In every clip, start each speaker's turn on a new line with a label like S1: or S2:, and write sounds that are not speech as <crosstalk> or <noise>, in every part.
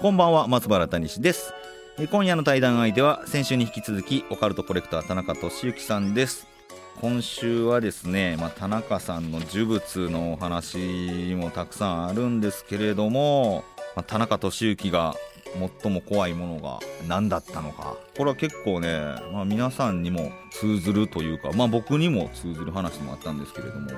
S1: こんばんは松原谷史ですえー今夜の対談相手は先週に引き続きオカルトコレクター田中俊之さんです今週はですね、まあ、田中さんの呪物のお話もたくさんあるんですけれども、まあ、田中俊之が最も怖いものが何だったのかこれは結構ね、まあ、皆さんにも通ずるというか、まあ、僕にも通ずる話でもあったんですけれども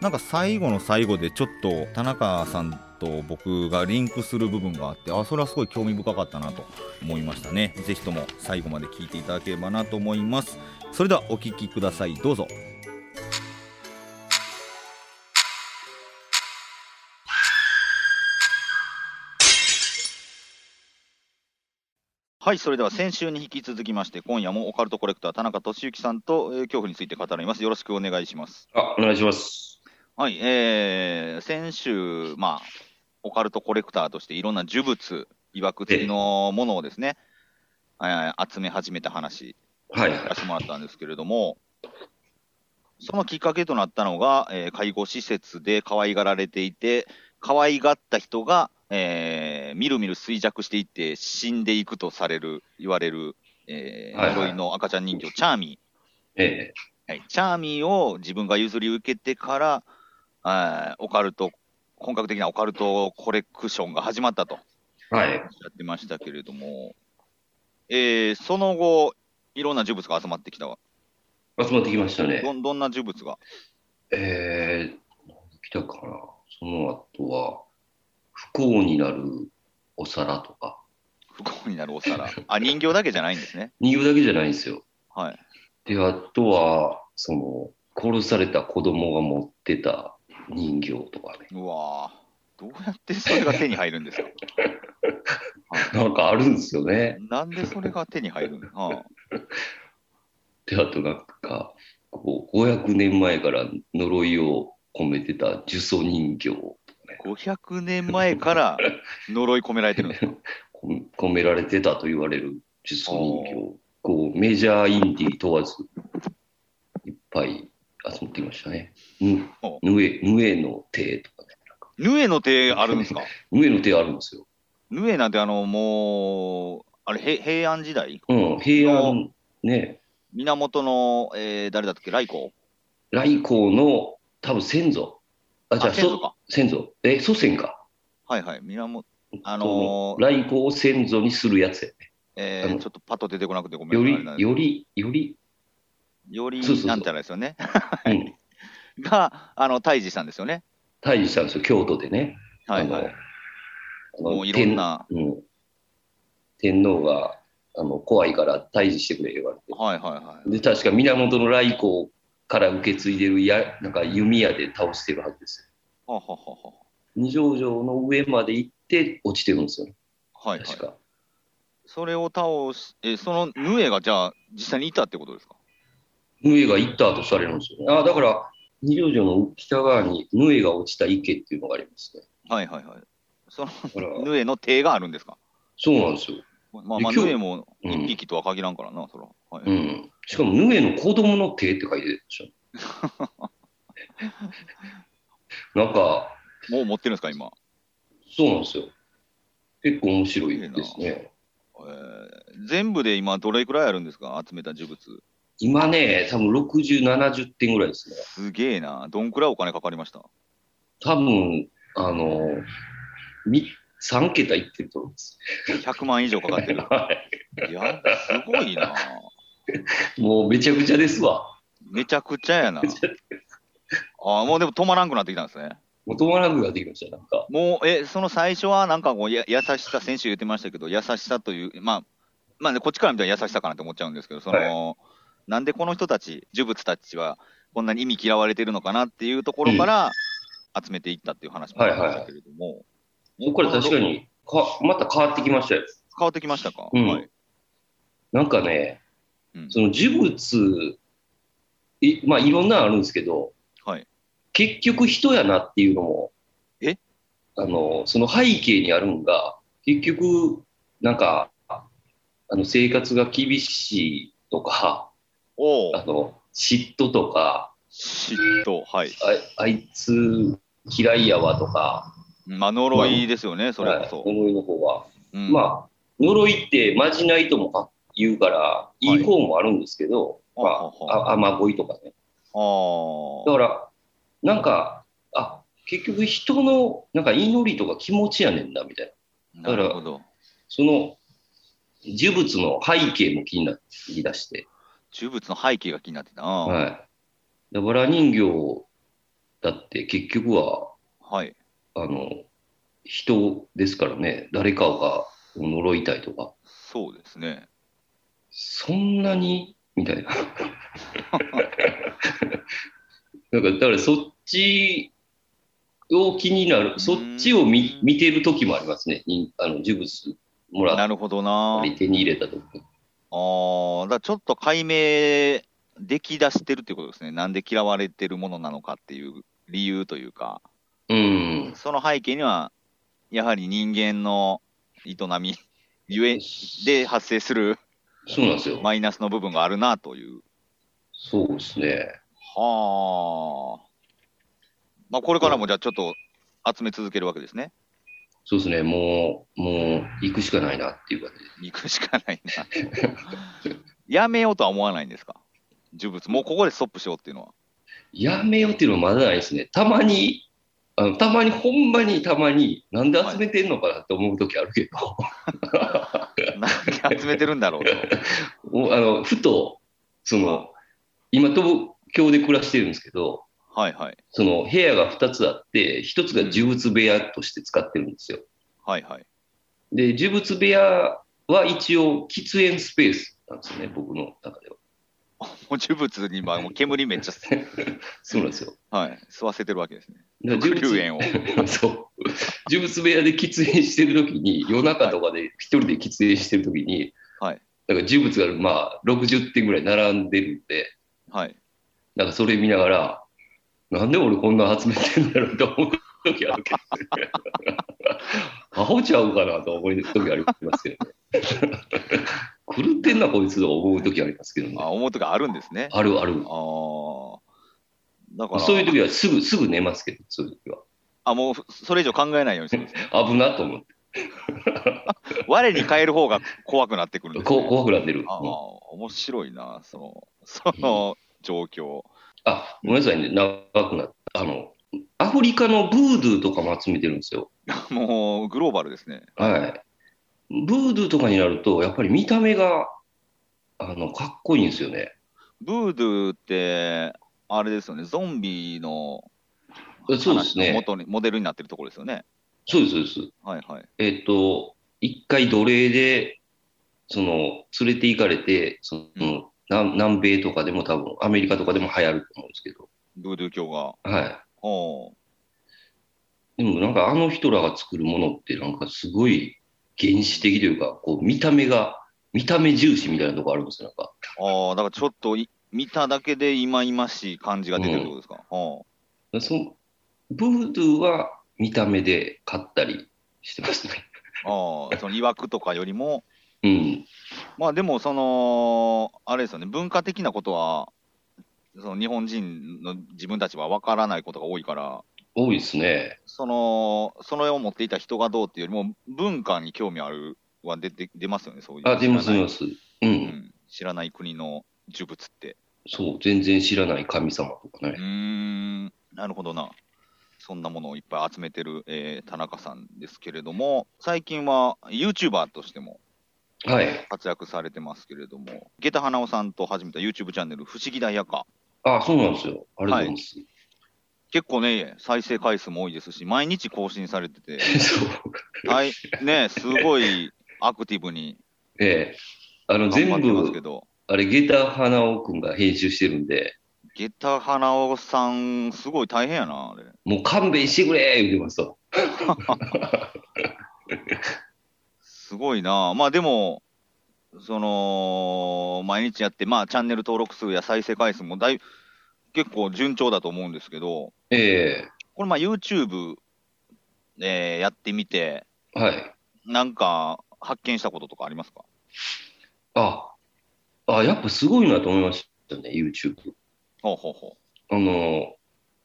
S1: なんか最後の最後でちょっと田中さんと僕がリンクする部分があってあそれはすごい興味深かったなと思いましたね是非とも最後まで聞いていただければなと思いますそれではお聞きくださいどうぞはいそれでは先週に引き続きまして今夜もオカルトコレクター田中俊之さんと、えー恐怖について語りますよろしくお願いします
S2: あ、お願いします。
S1: はい、えー、先週、まあ、オカルトコレクターとしていろんな呪物、いわくつきのものをですね、えー集め始めた話、
S2: はい、
S1: させてもらったんですけれども、そのきっかけとなったのが、えー介護施設で可愛がられていて、可愛がった人が、えーみるみる衰弱していって死んでいくとされる、言われる、えー
S2: はいはい
S1: 呪いの赤ちゃん人形、チャーミー。
S2: え
S1: はい、チャーミーを自分が譲り受けてから、あーオカルト、本格的なオカルトコレクションが始まったとおっ
S2: えはい、
S1: しゃってましたけれども、えーその後、いろんな呪物が集まってきたわ。
S2: 集まってきましたね。
S1: どんどんな呪物が
S2: えー、来たかな。その後は、不幸になるお皿とか、
S1: 不幸になるお皿。あ、人形だけじゃないんですね。
S2: 人形だけじゃないんですよ。
S1: はい。
S2: で、あとは、その、殺された子供が持ってた人形とかね。
S1: うわーどうやってそれが手に入るんですか
S2: なんかあるんですよね。
S1: なんでそれが手に入るの、は
S2: で、あとなんか、こう、500年前から呪いを込めてた呪詛人形
S1: あ、500年前から呪い込められてるんですか
S2: 込込められてたと言われる呪詛人形こうメジャーインディー問わずいっぱい集まってきましたね。うん
S1: お
S2: ぬえぬえの手とかね。
S1: ヌエの手あるんですか
S2: ぬえの手あるんですよ。
S1: ヌエなんてあの、もう、あれ、へ平安時代
S2: うん、平安ね、
S1: 源の、えー誰だったっけ、来光
S2: 来光の多分先祖。あ、じゃあ、
S1: あ先祖
S2: そ
S1: か
S2: 先祖。え、祖先か。
S1: はいはい、源、あのー
S2: 来光を先祖にするやつやね。
S1: え
S2: あ
S1: ー
S2: の
S1: ちょっとパッと出てこなくてごめ
S2: よ
S1: ん
S2: り
S1: なさ、い。
S2: より、より、
S1: より
S2: そうそうそう
S1: なんたらですよね。
S2: うん、
S1: が、あの、退治したんですよね。
S2: 退治したんですよ、京都でね。
S1: はいはい。
S2: あの
S1: もういろんな
S2: 天,、うん、天皇があの怖いから退治してくれ言われて
S1: はいはいはい。
S2: で確か源の来光から受け継いでるやなんか弓矢で倒してるはずです
S1: はははは
S2: 二条城の上まで行って落ちてるんですよね
S1: はい、はい
S2: 確。か、
S1: それを倒し、えーそのヌエがじゃあ、実際にいたってことですか
S2: ヌエが行ったとされるんですよねあだから二条城の北側にヌエが落ちた池っていうのがありますね
S1: はいはいはい。その
S2: だから
S1: <laughs> ヌエの手があるんですか
S2: そうなんですよ、
S1: まあまあ、
S2: で今
S1: ヌ
S2: 日
S1: エも
S2: うん
S1: 一匹とは限らんからな、そら。は
S2: う
S1: い、
S2: ん、しかもヌエの子供の手って書いてるでし
S1: <laughs>
S2: ょなんか
S1: もう持ってるんですか、今。
S2: そうなんですよ。結構面白いですね。
S1: えー全部で今、どれくらいあるんですか、集めた呪物。
S2: 今ね、多分60、70点ぐらいですね。
S1: すげえな、どんくらいお金かかりました
S2: 多分、あの、み3桁いってると思うんです。
S1: ?100 万以上かか <laughs> ってる。
S2: はい
S1: や、すごいな、
S2: いもうめちゃくちゃですわ。
S1: めちゃくちゃやな。あーもうでも止まらんくなってきたんですね。
S2: もう止まらなくなってきました、なんか。
S1: もう、え、その最初はなんかこうや、優しさ、先週言ってましたけど、優しさという、まあ、まあね、こっちから見たら優しさかなって思っちゃうんですけど、その、なんでこの人たち、呪物たちは、こんなに意味嫌われてるのかなっていうところから、集めていったっていう話もありましたけれども、
S2: そこから確かにか、また変わってきましたよ。
S1: 変わってきましたか、
S2: うん
S1: はい。
S2: なんかね、
S1: うん
S2: その呪物、いまあいろんなのあるんですけど、
S1: はい
S2: 結局人やなっていうのも、
S1: え
S2: あの、その背景にあるんが、結局、なんか、あの、生活が厳しいとか、
S1: おお、
S2: あの、嫉妬とか、
S1: 嫉妬、はい。
S2: ああいつ嫌いやわとか、
S1: まあ、呪いですよね、それこそ。
S2: はい呪いの方は。
S1: うん
S2: まあ、呪いってまじないともか言うから、
S1: い
S2: いい方もあるんですけど、
S1: は
S2: ま
S1: あはあ
S2: あ、あ雨乞いとかね。
S1: あー
S2: だから、なんか、あ結局人のなんか祈りとか気持ちやねんなみたいな、
S1: なるほど。
S2: その呪物の背景も気になってきだして、
S1: 呪物の背景が気になってたな。はい。
S2: はい。だから人形だって結局は、あの、人ですからね、誰かが呪いたいとか、
S1: そうですね。
S2: そんなにみたいな。なんか、だからそっちを気になる、そっちを見
S1: うん
S2: 見てる時もありますね。にあの、呪物もら
S1: な
S2: っ
S1: るほどな。
S2: た
S1: あ
S2: り、手に入れた時に。
S1: あ、だからちょっと解明できだしてるってことですね。なんで嫌われてるものなのかっていう理由というか、
S2: うん。
S1: その背景には、やはり人間の営み <laughs> ゆえで発生する
S2: そうなんですよ。
S1: マイナスの部分があるなという。
S2: そうですね。
S1: はあ。まあ、これからもじゃあちょっと集め続けるわけですね。
S2: そうですね。もう、もう、行くしかないなっていう感じで
S1: 行くしかないな。やめようとは思わないんですか呪物。もうここでストップしようっていうのは。
S2: やめようっていうのはまだないですね。たまに、あのたまに、ほんまにたまに、なんで集めてんのかなって思う時あるけど、
S1: なんで集めてるんだろうと。
S2: おあのふと、その、今、東京で暮らしてるんですけど、
S1: はいはい。
S2: その部屋が2つあって、1つが呪物部屋として使ってるんですよ。
S1: はいはい。
S2: で、呪物部屋は一応、喫煙スペースなんですよね、僕の中では。
S1: もう呪物に今、もう煙めっ
S2: <laughs>
S1: ちゃ、
S2: そうなんですよ。
S1: はい、吸わせてるわけですね。
S2: だから
S1: 黒煙を。
S2: <laughs> そう。呪物部屋で喫煙してる時に、夜中とかで一人で喫煙してる時に、
S1: はい
S2: なんか呪物がまあ60点ぐらい並んでるんで、
S1: はい。
S2: なんかそれ見ながら、なんで俺こんな集めてんだろうと思う時あるけど、ね、 <laughs> アホちゃうかなと思う時ありますけどね。 <laughs> 狂ってんなこいつと思う時ありますけどね。
S1: あ思うとかあるんですね。
S2: あるあ
S1: あ。
S2: る
S1: あ。だから、
S2: そういう時はすぐ、すぐ寝ますけど、そういう時
S1: あ、もうそれ以上考えないようにするんですね。
S2: は。危なと思って。
S1: 我に返る方が怖くなってくるんです、
S2: こ
S1: ね。
S2: 怖くなってる。
S1: ああ、
S2: うん
S1: 面白いな、その、その状況。
S2: あ、ごめんなさいね、長くなった。あの、アフリカのブードゥーとかも集めてるんですよ。
S1: もう、グローバルですね。
S2: はい。ブードゥーとかになると、やっぱり見た目が、あの、かっこいいんですよね。
S1: ブードゥーって、あれですよね、ゾンビの
S2: そうです
S1: 話の
S2: ね。
S1: 元にモデルになってるところですよね。
S2: そうです、そうです。
S1: はいはい。
S2: えっ、と、一回奴隷で、その、連れて行かれて、その、
S1: うん
S2: 南南米とかでも多分、アメリカとかでも流行ると思うんですけど。
S1: ブードゥー教が。
S2: はい。
S1: おう
S2: でもなんかあの人らが作るものってなんかすごい原始的というか、こう見た目が、見た目重視みたいなとこあるんですよ、なんか。
S1: ああ、だからちょっとい見ただけで忌々しい感じが出てるってことですか。おう
S2: そのブードゥーは見た目で買ったりしてますね。 <laughs>
S1: ああ、その曰くとかよりも、
S2: うん。
S1: まあでも、その、あれですよね、文化的なことは、その日本人の自分たちは分からないことが多いから、
S2: 多いですね。
S1: その、それを持っていた人がどうっていうよりも、文化に興味あるは出て出ますよね、そういう。
S2: あ、出ます、
S1: 知らな
S2: 出
S1: い
S2: ます。う。
S1: うんん、知らない国の呪物って。
S2: そう、全然知らない神様とか
S1: うー
S2: ね。
S1: ん、なるほどな。そんなものをいっぱい集めてる、えー田中さんですけれども、最近は YouTuber としても
S2: はい。
S1: 活躍されてますけれども、下駄花尾さんと始めた YouTube チャンネル、不思議だやか。
S2: あ、そうなんですよ。ありがとうございます。
S1: 結構ね、再生回数も多いですし、毎日更新されてて、
S2: <laughs> そう。
S1: はい、ね、すごいアクティブに
S2: ええあの、
S1: 頑張
S2: 全
S1: ってますけ
S2: 部、
S1: ど、
S2: あれ、ゲタ花尾くんが編集してるんで、
S1: 下駄花尾さん、すごい大変やな、あれ。
S2: もう勘弁してくれ言ってますと。
S1: すごいな。まあでも、その、毎日やって、まあチャンネル登録数や再生回数もだい結構順調だと思うんですけど、
S2: え
S1: これまあ YouTube、えーやってみて、
S2: えはい。
S1: なんか発見したこととかありますか
S2: あ、あ、やっぱすごいなと思いましたね、YouTube。
S1: ほうほうほ
S2: あの、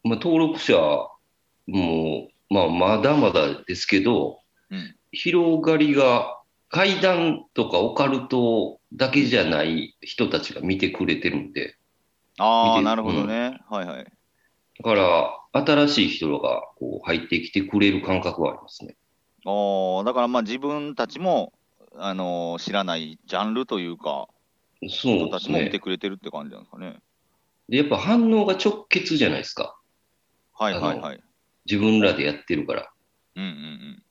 S2: まあ、登録者も、まあ、まだまだですけど、
S1: う。うん。
S2: 広がりが怪談とかオカルトだけじゃない人たちが見てくれてるんで、
S1: ああ、
S2: 見てる
S1: なるほどね。はいはい。
S2: だから新しい人がこう入ってきてくれる感覚はありますね。
S1: ああ、だからまあ自分たちも、あのー知らないジャンルというか、
S2: そう
S1: 人
S2: で
S1: た
S2: す
S1: ちも見て
S2: ね。
S1: くれてるって感じなんですかね。
S2: で、やっぱ反応が直結じゃないですか。
S1: はいはいはい。
S2: 自分らでやってるから。
S1: うんうんうん。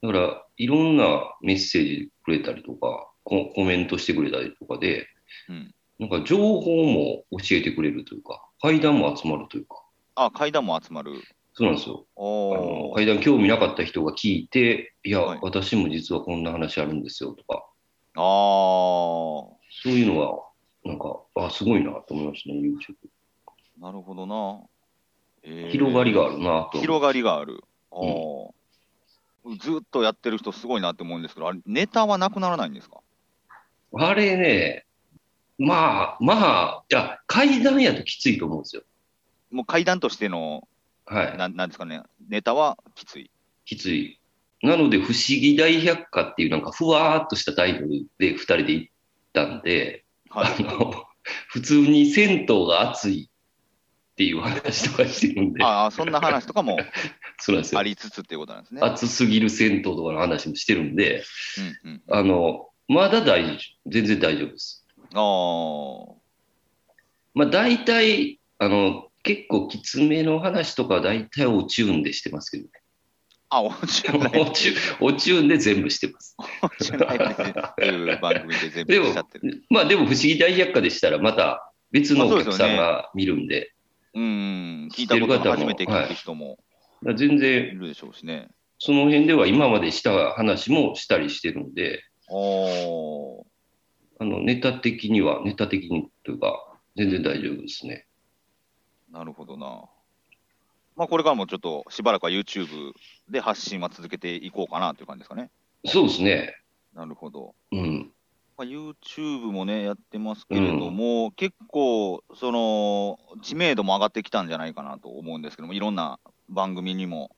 S2: だから、いろんなメッセージくれたりとか、ココメントしてくれたりとかで、
S1: うん
S2: なんか情報も教えてくれるというか、階段も集まるというか、
S1: あ、階段も集まる。
S2: そうなんですよ。あの
S1: おー
S2: 階段興味なかった人が聞いて、いや、
S1: はい
S2: 私も実はこんな話あるんですよとか、
S1: あー、
S2: そういうのは、なんか、あ、すごいなと思いましたね、YouTube。
S1: なるほどな。えー
S2: 広がりがあるなと。
S1: 広がりがある。あーずっとやってる人すごいなって思うんですけど、あれネタはなくならないんですか
S2: あれね、まあ、まあ、いや、階段やときついと思うんですよ。
S1: もう階段としての、
S2: はい。
S1: なんなんですかね、ネタはきつい。
S2: きつい。なので、不思議大百科っていう、なんか、ふわーっとしたタイトルで2人で行ったんで、
S1: はい
S2: あ。の、 <laughs> 普通に銭湯が熱いっていう話とかしてるんで、
S1: ああ、そんな話とかも
S2: そうなんですよ
S1: あ。りつつっていうことなんですね。
S2: 熱すぎる銭湯とかの話もしてるんで、
S1: うんうん。
S2: あの、まだ大丈夫。全然大丈夫です。
S1: ああ。
S2: まあ大体、あの、結構きつめの話とかは大体おちゅうんでしてますけどね。
S1: あ、落ちない。
S2: おちゅおちゅうんで全部してます。
S1: 落ちないっていう番組で全部
S2: でも
S1: しちゃってる。、
S2: まあでも不思議大百科でしたらまた別のお客さんが見るんで、
S1: うん。聞いたことも初めて聞く人も
S2: まあ全
S1: い
S2: 然
S1: るでしょうしね。
S2: その辺では今までした話もしたりしてるんで、
S1: あー
S2: あの、ネタ的には、ネタ的にというか、全然大丈夫ですね。
S1: なるほどな。まあ、これからもちょっとしばらくは YouTube で発信は続けていこうかなという感じですかね。
S2: そうですね。
S1: なるほど。
S2: うん。
S1: まあ、YouTube もね、やってますけれども、結構、その、知名度も上がってきたんじゃないかなと思うんですけども、いろんな番組にも、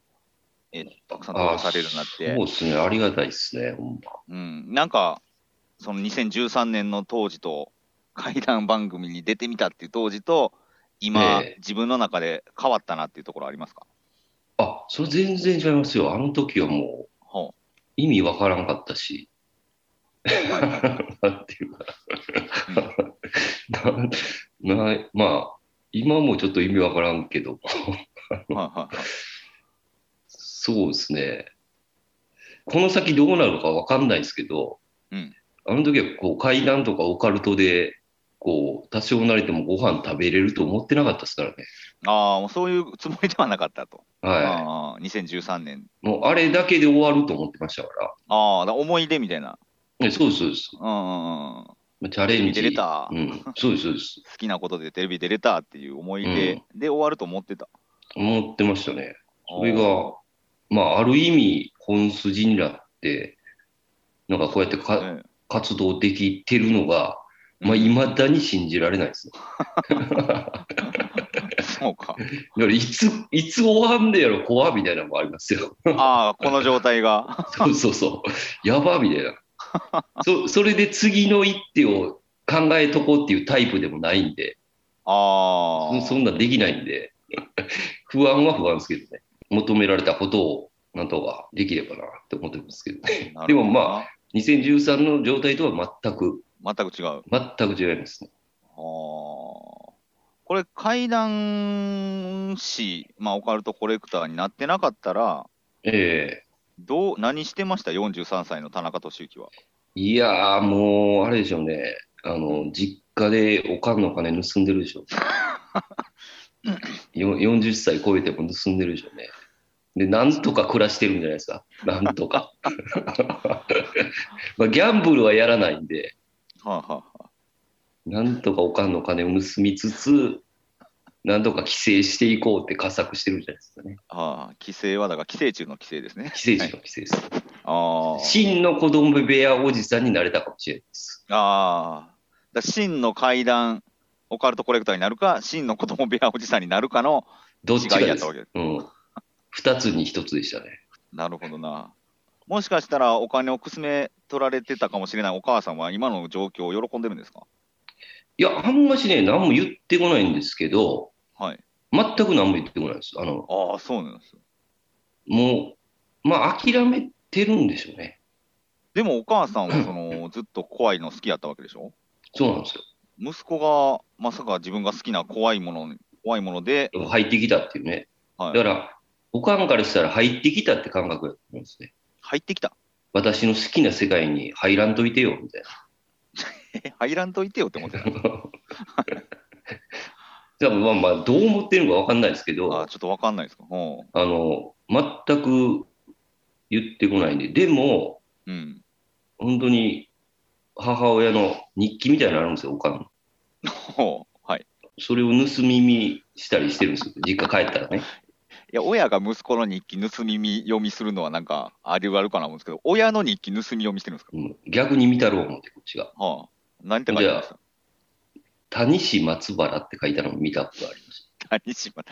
S1: えたくさん登録されるようになって。
S2: そうですね。ありがたいですね。ほんま
S1: うん、なんか、その2013年の当時と、怪談番組に出てみたっていう当時と、今、
S2: ええ
S1: 自分の中で変わったなっていうところあります
S2: <laughs>
S1: か
S2: あ、それ全然違いますよ。あの時はもう
S1: ほ
S2: 意味わからんかったし。 <laughs> なんていうか <laughs> な、な、まあ、今もちょっと意味わからんけど、
S1: うはいはいはい
S2: そうですね。この先どうなるのかわかんないですけど、
S1: うん
S2: あの時はこう階段とかオカルトで、こう、多少慣れてもご飯食べれると思ってなかったですからね。
S1: ああ、もうそういうつもりではなかったと。
S2: は
S1: ああ2013年。
S2: い。もうあれだけで終わると思ってましたから。
S1: ああ、だ思い出みたいな。
S2: ねそうです、そうです。
S1: うんうんうん。好
S2: チャレンジ。
S1: テレビ出れた
S2: うん。そうです、そうです。
S1: きなことでテレビ出れたっていう思い出で終わると思ってた。
S2: 思ってましたね。それ
S1: あ
S2: が、まあ、ある意味、本筋になって、なんかこうやってか、
S1: あ、ね
S2: 活動できてるのが、まあ、いまだに信じられないですね。
S1: そうか。
S2: だからいつ、いつ終わんねやろ、怖みたいなのもあります
S1: <laughs>
S2: よ。
S1: ああ、この状態
S2: <laughs>
S1: が。
S2: そうそうそう。やばみたい
S1: <laughs>
S2: な。そそれで次の一手を考えとこうっていうタイプでもないんで、
S1: あ
S2: そ
S1: あ。
S2: そんなんできないんで、 <laughs> 不安は不安ですけどね。求められたことを、なんとかできればなって思ってますけどね。
S1: なるほどな
S2: でもま2013の状態とは全く、
S1: 全く違う。
S2: 全く違いますね。
S1: あーこれ、怪談師、まあ、オカルトコレクターになってなかったら、
S2: え
S1: どう何してました、43歳の田中俊之は。
S2: えいやー、もう、あれでしょうね。あの、実家でおかんの金盗んでるでしょう。よ40歳超えても盗んでるでしょうね。で、なんとか暮らしてるんじゃないですか。なんとか。まあ、ギャンブルはやらないんで、
S1: はあ、はあはあ、
S2: なんとかおかんの金を盗みつつ、なんとか帰省していこうって仮策してるんじゃないですかね。
S1: はあ、帰省はだから寄生虫の寄生ですね。
S2: 帰省時の帰省です。
S1: ああ。
S2: 真の子供部屋おじさんになれたかもしれないです。
S1: ああ。だから真の階段、オカルトコレクターになるか、真の子供部屋おじさんになるかの
S2: どっちか
S1: 違いやっ
S2: で
S1: た
S2: す。
S1: わけです。
S2: うん。二つに一つでしたね。
S1: なるほどな。もしかしたらお金をくすめ取られてたかもしれないお母さんは今の状況を喜んでるんですか
S2: いや、あんましね、何も言ってこないんですけど、
S1: はい。
S2: 全く何も言ってこないです。あの、
S1: ああ、そうなんですよ。
S2: もう、まあ、諦めてるんでしょうね。
S1: でもお母さん
S2: <laughs>
S1: はそのずっと怖いの好きやったわけでしょ
S2: そうなんです
S1: 息子がまさか自分が好きな怖いものに、怖いもので、
S2: よ。入ってきたっていうね。
S1: は
S2: だ
S1: い
S2: から、おかんからしたら入ってきたって感覚だと思うんですね。
S1: 入ってきた。
S2: 私の好きな世界に入らんといてよ、みたい
S1: え、入らんといてよって思ってた。 <laughs>
S2: な。多分まあまあ、どう思ってるのかわかんないですけど、
S1: ああ、ちょっとわかんないですか。ほ
S2: あの、全く言ってこないんで、でも、
S1: ううん。
S2: 本当に母親の日記みたいなのあるんですよ、おかんの。
S1: ほう。はい。
S2: それを盗み見したりしてるんですよ、実家帰ったらね。
S1: いや、親が息子の日記盗み見読みするのはなんかあるあるかなと思うんですけど、親の日記盗み読みしてるんですか
S2: うん逆に見たろう思って、こっちが。
S1: はあ。何て書いてあるんですか
S2: 谷市松原って書いたのを見たことがありまし
S1: 谷島。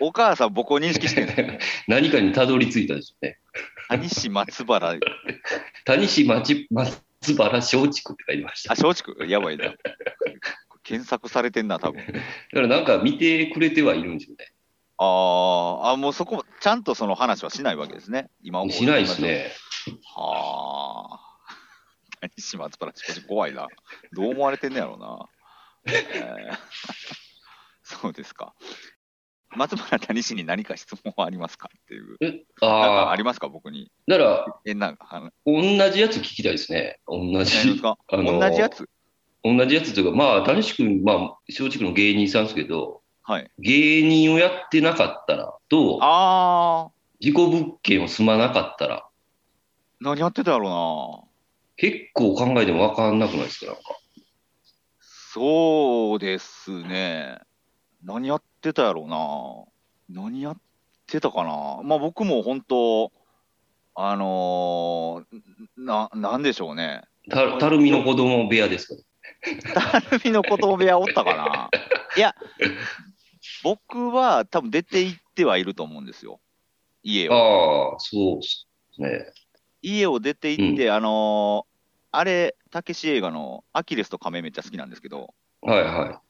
S1: お母さん僕を認識してるん
S2: <laughs>
S1: ですよ。
S2: た。何かにたどり着いたんですよね。
S1: 谷島松原。
S2: 谷市町松原松竹って書いてました。
S1: あ、
S2: だ
S1: 松竹やばいな。検索されてんな、多分。
S2: からなんか見てくれてはいるんですよね。
S1: あーあ、もうそこ、ちゃんとその話はしないわけですね。今思うと
S2: しないです。ね。
S1: はあ。谷島松原 <laughs> 少し怖いな。どう思われてんねやろうな。えー <laughs> そうですか。松原谷氏に何か質問はありますかっていう。なんか
S2: あ
S1: あ
S2: あ、
S1: りますか僕に。
S2: だから、
S1: え、なんか、あの
S2: 同じやつ聞きたいですね。同
S1: 何です
S2: じ。
S1: か
S2: あの
S1: 同じやつ
S2: 同じやつというか、まあ、谷市君、まあ、松竹の芸人さんですけど、
S1: はい。
S2: 芸人をやってなかったらと、
S1: ああ、
S2: 事故物件を済まなかったら、
S1: 何やってたやろうな。
S2: 結構考えても分かんなくないですか、なんか。
S1: そうですね。何やってたやろうな。何やってたかな。まあ僕も本当、あのーな、なんでしょうね。 <laughs>
S2: たたるみの子供部屋ですか、ね、
S1: たるみの子供部屋おったかな。いや、僕は多分出て行ってはいると思うんですよ。家を。
S2: ああ、そうですね。
S1: 家を出て行って、あのーあれ、たけし映画のアキレスと亀めっちゃ好きなんですけど、
S2: はいは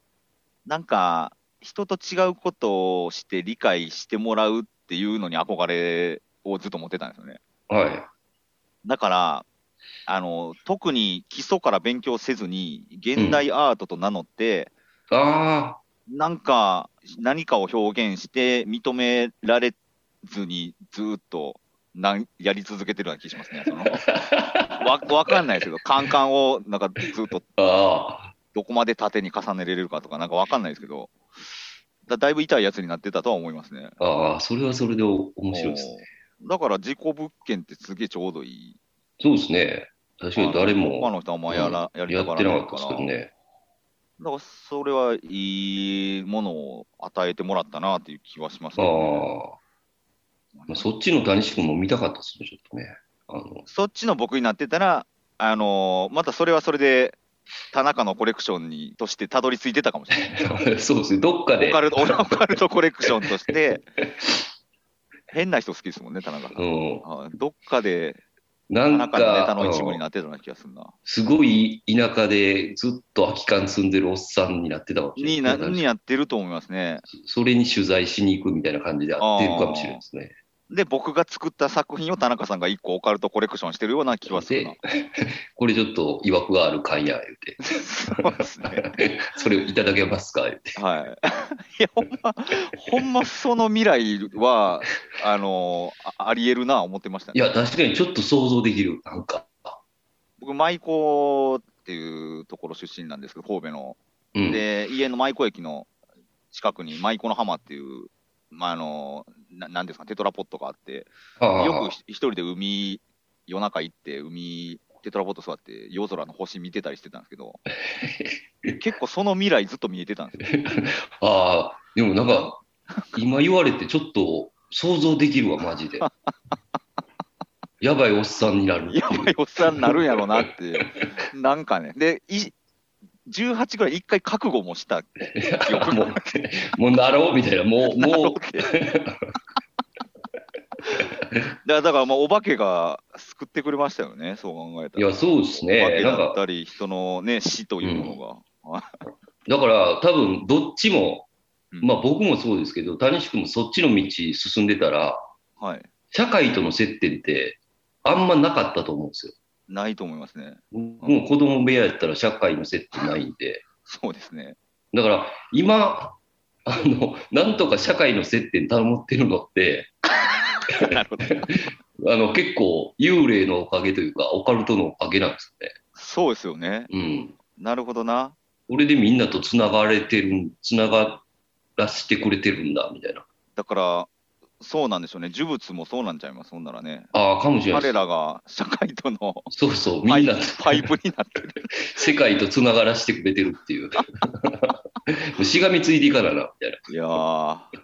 S1: なんか、人と違うことをして理解してもらうっていうのに憧れをずっと持ってたんですよね。
S2: い。はい。
S1: だから、あの、特に基礎から勉強せずに、現代アートと名乗って、
S2: あ
S1: なんか、何かを表現して認められずに、ずっとなんやり続けてるような気しますね。そのわわかんないですけど、カンカンをなんかずっと
S2: あ、ああ、
S1: どこまで縦に重ねれるかとか、なんかわかんないですけど、だだいぶ痛いやつになってたとは思いますね。
S2: ああ、それはそれで面白いですね。
S1: おーだから、事故物件ってすげえちょうどいい。
S2: そうですね。確かに誰
S1: 他
S2: も
S1: の人はあんまやら、やり
S2: や
S1: た
S2: っ
S1: が
S2: て
S1: ら
S2: な
S1: な
S2: か
S1: い
S2: った
S1: か
S2: です
S1: ら。
S2: けどね。
S1: だから、それはいいものを与えてもらったなっていう気はします
S2: あ
S1: け
S2: あ
S1: どね、
S2: まあ、そっちの谷志君も見たかったですね、ちょっとね。あの
S1: そっちの僕になってたら、あのーまたそれはそれで、田中のコレクションにとしてたどり着いてたかもしれ
S2: <laughs>
S1: ない。
S2: そうですね、どっか
S1: オ
S2: で
S1: カ、ルト、俺はオカルトコレクションと
S2: <laughs>
S1: して、変な人好きですもんね、田中さん。
S2: うん、
S1: あどっかで
S2: な
S1: 田
S2: ん
S1: 中のネタ
S2: か、
S1: の一部に
S2: うん
S1: なってたような気がするな。
S2: すごい田舎でずっと空き缶積んでるおっさんになってたわけ
S1: になにやってると思いますね。
S2: それに取材しに行くみたいな感じで合ってるかもしれないですね。
S1: で、僕が作った作品を田中さんが一個オカルトコレクションしてるような気はするな。
S2: これちょっと曰くがあるかんや、言う
S1: <laughs>
S2: て。
S1: そうですね。
S2: それをいただけますか、言うて。
S1: はい。い <laughs> や、ほんま、ほんまその未来は、あのあありえるな、思ってました
S2: い
S1: ね。
S2: や、確かにちょっと想像できる。なんか。
S1: 僕、舞妓っていうところ出身なんですけど、神戸の。
S2: うん。
S1: で、家の舞妓駅の近くに舞妓の浜っていう、まあ、あのななんですか、テトラポットがあって、
S2: ああ
S1: よくひ一人で海、夜中行って、海、テトラポット座って、夜空の星見てたりしてたんですけ
S2: <laughs>
S1: ど、結構その未来ずっと見えてたんですよ。
S2: ああ、でもなんか、今言われてちょっと想像できるわ、
S1: <laughs>
S2: マジで。やばいおっさんになるって
S1: やば
S2: い
S1: いおっさんになるんやろなって、なんかね、で、い18ぐらい一回覚悟もした記
S2: う。
S1: 憶
S2: も
S1: も
S2: う、もうなろうみたいな、もう、もう、
S1: <laughs> だだからまあお化けが救ってくれましたよね、そう考えた
S2: い
S1: ら。
S2: や、そうです
S1: お化
S2: ね。
S1: け
S2: な
S1: だ
S2: んか
S1: っ、たり、人の、ね、死というものが。
S2: だから多分どっちも、
S1: うん
S2: まあ僕もそうですけど、谷志君もそっちの道進んでたら、
S1: はい、
S2: 社会との接点ってあんまなかったと思うんですよ。
S1: ないと思いますね。
S2: もう子供部屋やったら社会の接点ないんで。
S1: そうですね。
S2: だから今、あの、なんとか社会の接点保ってるのって、
S1: <laughs> なるほど。
S2: あの、結構幽霊のおかげというか、オカルトのおかげなんですよ
S1: そうですよね。
S2: ね。
S1: なるほどな。
S2: うん。これでみんなと繋がれてる、繋がらせてくれてるんだ、みたいな。
S1: だから、そうなんでしょうね。呪物もそうなんちゃいます、そんならね。
S2: ああ、かもしれないで
S1: 彼
S2: す。
S1: らが社会との
S2: そうそう、
S1: パ
S2: みん
S1: イ
S2: な、
S1: パイプになってる。
S2: 世界とつながらせてくれてるっ
S1: <laughs>
S2: ていう。しがみついていかなな、みたいな。
S1: いやー、い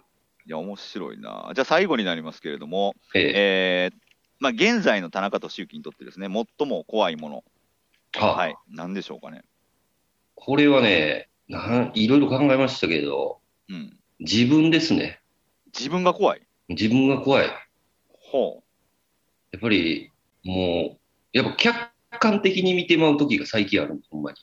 S1: や、面白いな。じゃあ最後になりますけれども、
S2: ええ
S1: えーまあ、現在の田中俊之にとってですね、最も怖いもの、
S2: は
S1: はい、なんでしょうかね。
S2: これはねなん、いろいろ考えましたけど、
S1: うん、
S2: 自分ですね。
S1: 自分が怖い。
S2: 自分が怖い。や
S1: ほ
S2: っぱり、もう、やっぱ客観的に見てまう時が最近あるほんまに。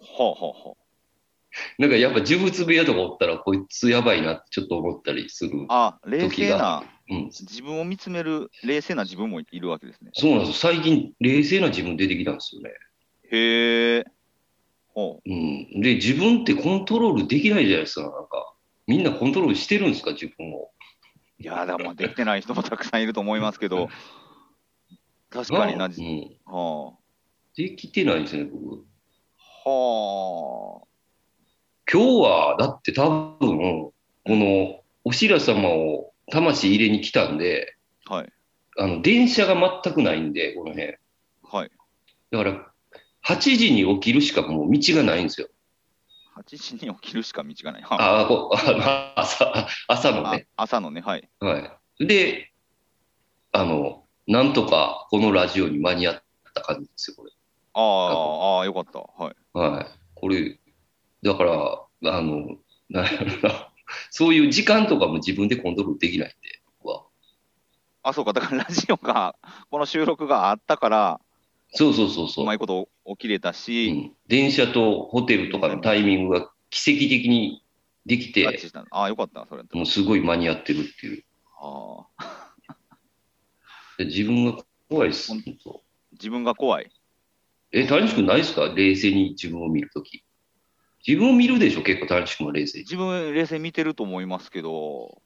S1: う、ほうほうほう。
S2: なんかやっぱ呪物部屋とかおったら、こいつやばいなってちょっと思ったりする。
S1: あ、冷静な、
S2: うん、
S1: 自分を見つめる冷静な自分もいるわけですね。
S2: そうなんです最近、冷静な自分出てきたんですよね。
S1: へえ。ほ
S2: うん、で、自分ってコントロールできないじゃないですか、なんか。みんなコントロールしてるんですか、自分を。
S1: う。いやー、だからまあできてない人もたくさんいると思いますけ
S2: <laughs>
S1: ど、確かにな、
S2: う
S1: じ
S2: ん。
S1: は
S2: できてないですね、僕。
S1: あ。は
S2: 今日は、だって多分、この、おしら様を魂入れに来たんで、
S1: あ。はい。
S2: あの、電車が全くないんで、この辺。
S1: はい。
S2: だから、8時に起きるしかもう道がないんですよ。
S1: 8時に起きるしか道がない。はあ
S2: ああ、こあの朝、朝の
S1: あ
S2: ね。
S1: 朝のね、はい。
S2: はい。で、あの、なんとかこのラジオに間に合った感じですよ、これ。
S1: ああ、ああ、よかった。はい。
S2: はい。これ、だから、あの、なんやろな、 <laughs> そういう時間とかも自分でコントロールできないんで、僕は。
S1: あ、そうか、だからラジオが、この収録があったから、
S2: そうそうそうそうう。
S1: まいこと起きれた
S2: う
S1: し、
S2: ん、電車とホテルとかのタイミングが奇跡的にでき
S1: 合致
S2: て、
S1: したああ、よかった、それだった
S2: もうすごい間に合ってるっていう。
S1: ああ
S2: で自分が怖いです。
S1: ほん
S2: 本当
S1: 自分が怖い。
S2: え、谷地君ないですか冷静に自分を見るとき。自分を見るでしょ結構谷地君は冷静に。
S1: 自分、冷静に見てると思いますけど、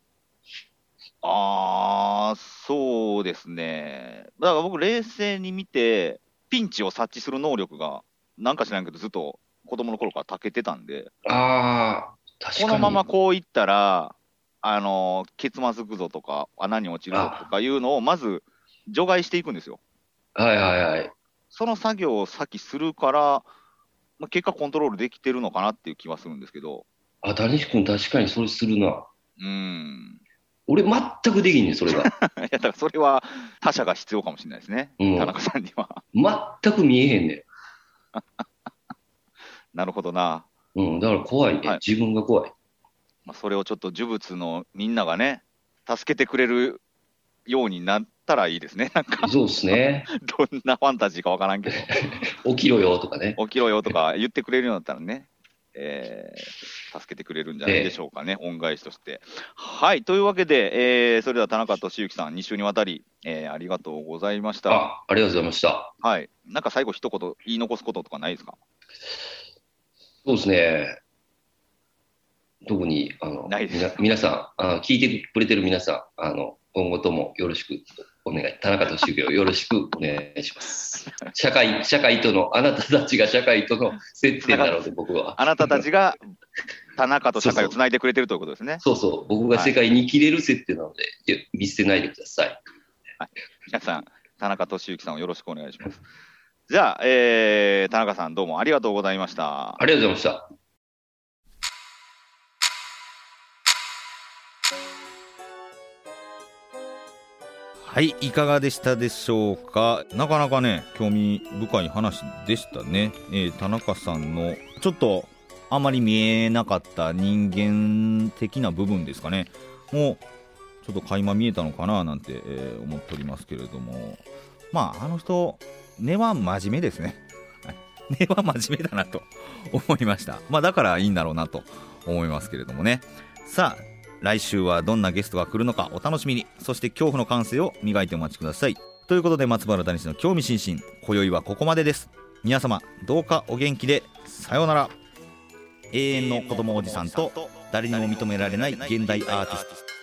S1: ああ、そうですね。だから僕、冷静に見て、ピンチを察知する能力が、なんか知らんけど、ずっと子供の頃から長けてたんで、
S2: ああ、確か
S1: こ
S2: に。
S1: のままこういったら、あの、ケツまずくぞとか、穴に落ちるぞとかいうのを、まず除外していくんですよ。
S2: はいはいはい。
S1: その作業を先するから、まあ、結果コントロールできてるのかなっていう気はするんですけど、
S2: あ、谷地君確かにそれするな。
S1: うーん。
S2: 俺全くできんねん、それ
S1: い
S2: が。
S1: や、だからそれは他者が必要かもしれないですね。
S2: うん
S1: 田中さんには。 <laughs>
S2: 全く見えへんね
S1: なるほどな。
S2: ん。うん、だから怖いね。
S1: はい
S2: 自分が
S1: <laughs>
S2: 怖い。
S1: まあ、それをちょっと呪物のみんながね、助けてくれるようになったらいいですね。 <laughs> なんか、
S2: そうですね。
S1: どんなファンタジーかわからんけ
S2: 起きろよとかね。
S1: <laughs> ど、起きろよとか言ってくれるようになったらね、えー助けてくれるんじゃないでしょうかね、恩返しとして。はい、というわけで、えーそれでは田中俊之さん、2週にわたり、えーありがとうございました。
S2: あ、ありがとうございました。
S1: はい。なんか最後一言言い残すこととかないですか
S2: そうですね。特に、あの、
S1: ないです
S2: みな皆さんあの、聞いてくれてる皆さん、あの、今後ともよろしくお願い、田中俊之をよろしくお願いします。社会、社会との、あなたたちが社会との接点なので、僕は。
S3: あなたたちが田中と社会をつないでくれてるということですね。
S2: そうそう、僕が世界に生きれる設定なので、いや見捨てないでください。
S3: 皆さん、田中俊之さんをよろしくお願いします。じゃあ、えー、田中さん、どうもありがとうございました。
S2: ありがとうございました。
S1: はい、いかがでしたでしょうか。なかなかね、興味深い話でしたね。えー田中さんの、ちょっと、あまり見えなかった人間的な部分ですかね。もう、ちょっと垣間見えたのかななんて、えー思っておりますけれども。まあ、あの人、根は真面目ですね。はい根は真面目だなと思いました。まあ、だからいいんだろうなと思いますけれどもね。さあ、来週はどんなゲストが来るのかお楽しみにそして恐怖の感性を磨いてお待ちくださいということで松原谷氏の興味津々今宵はここまでです皆様どうかお元気でさようなら永遠の子供おじさんと誰にも認められない現代アーティスト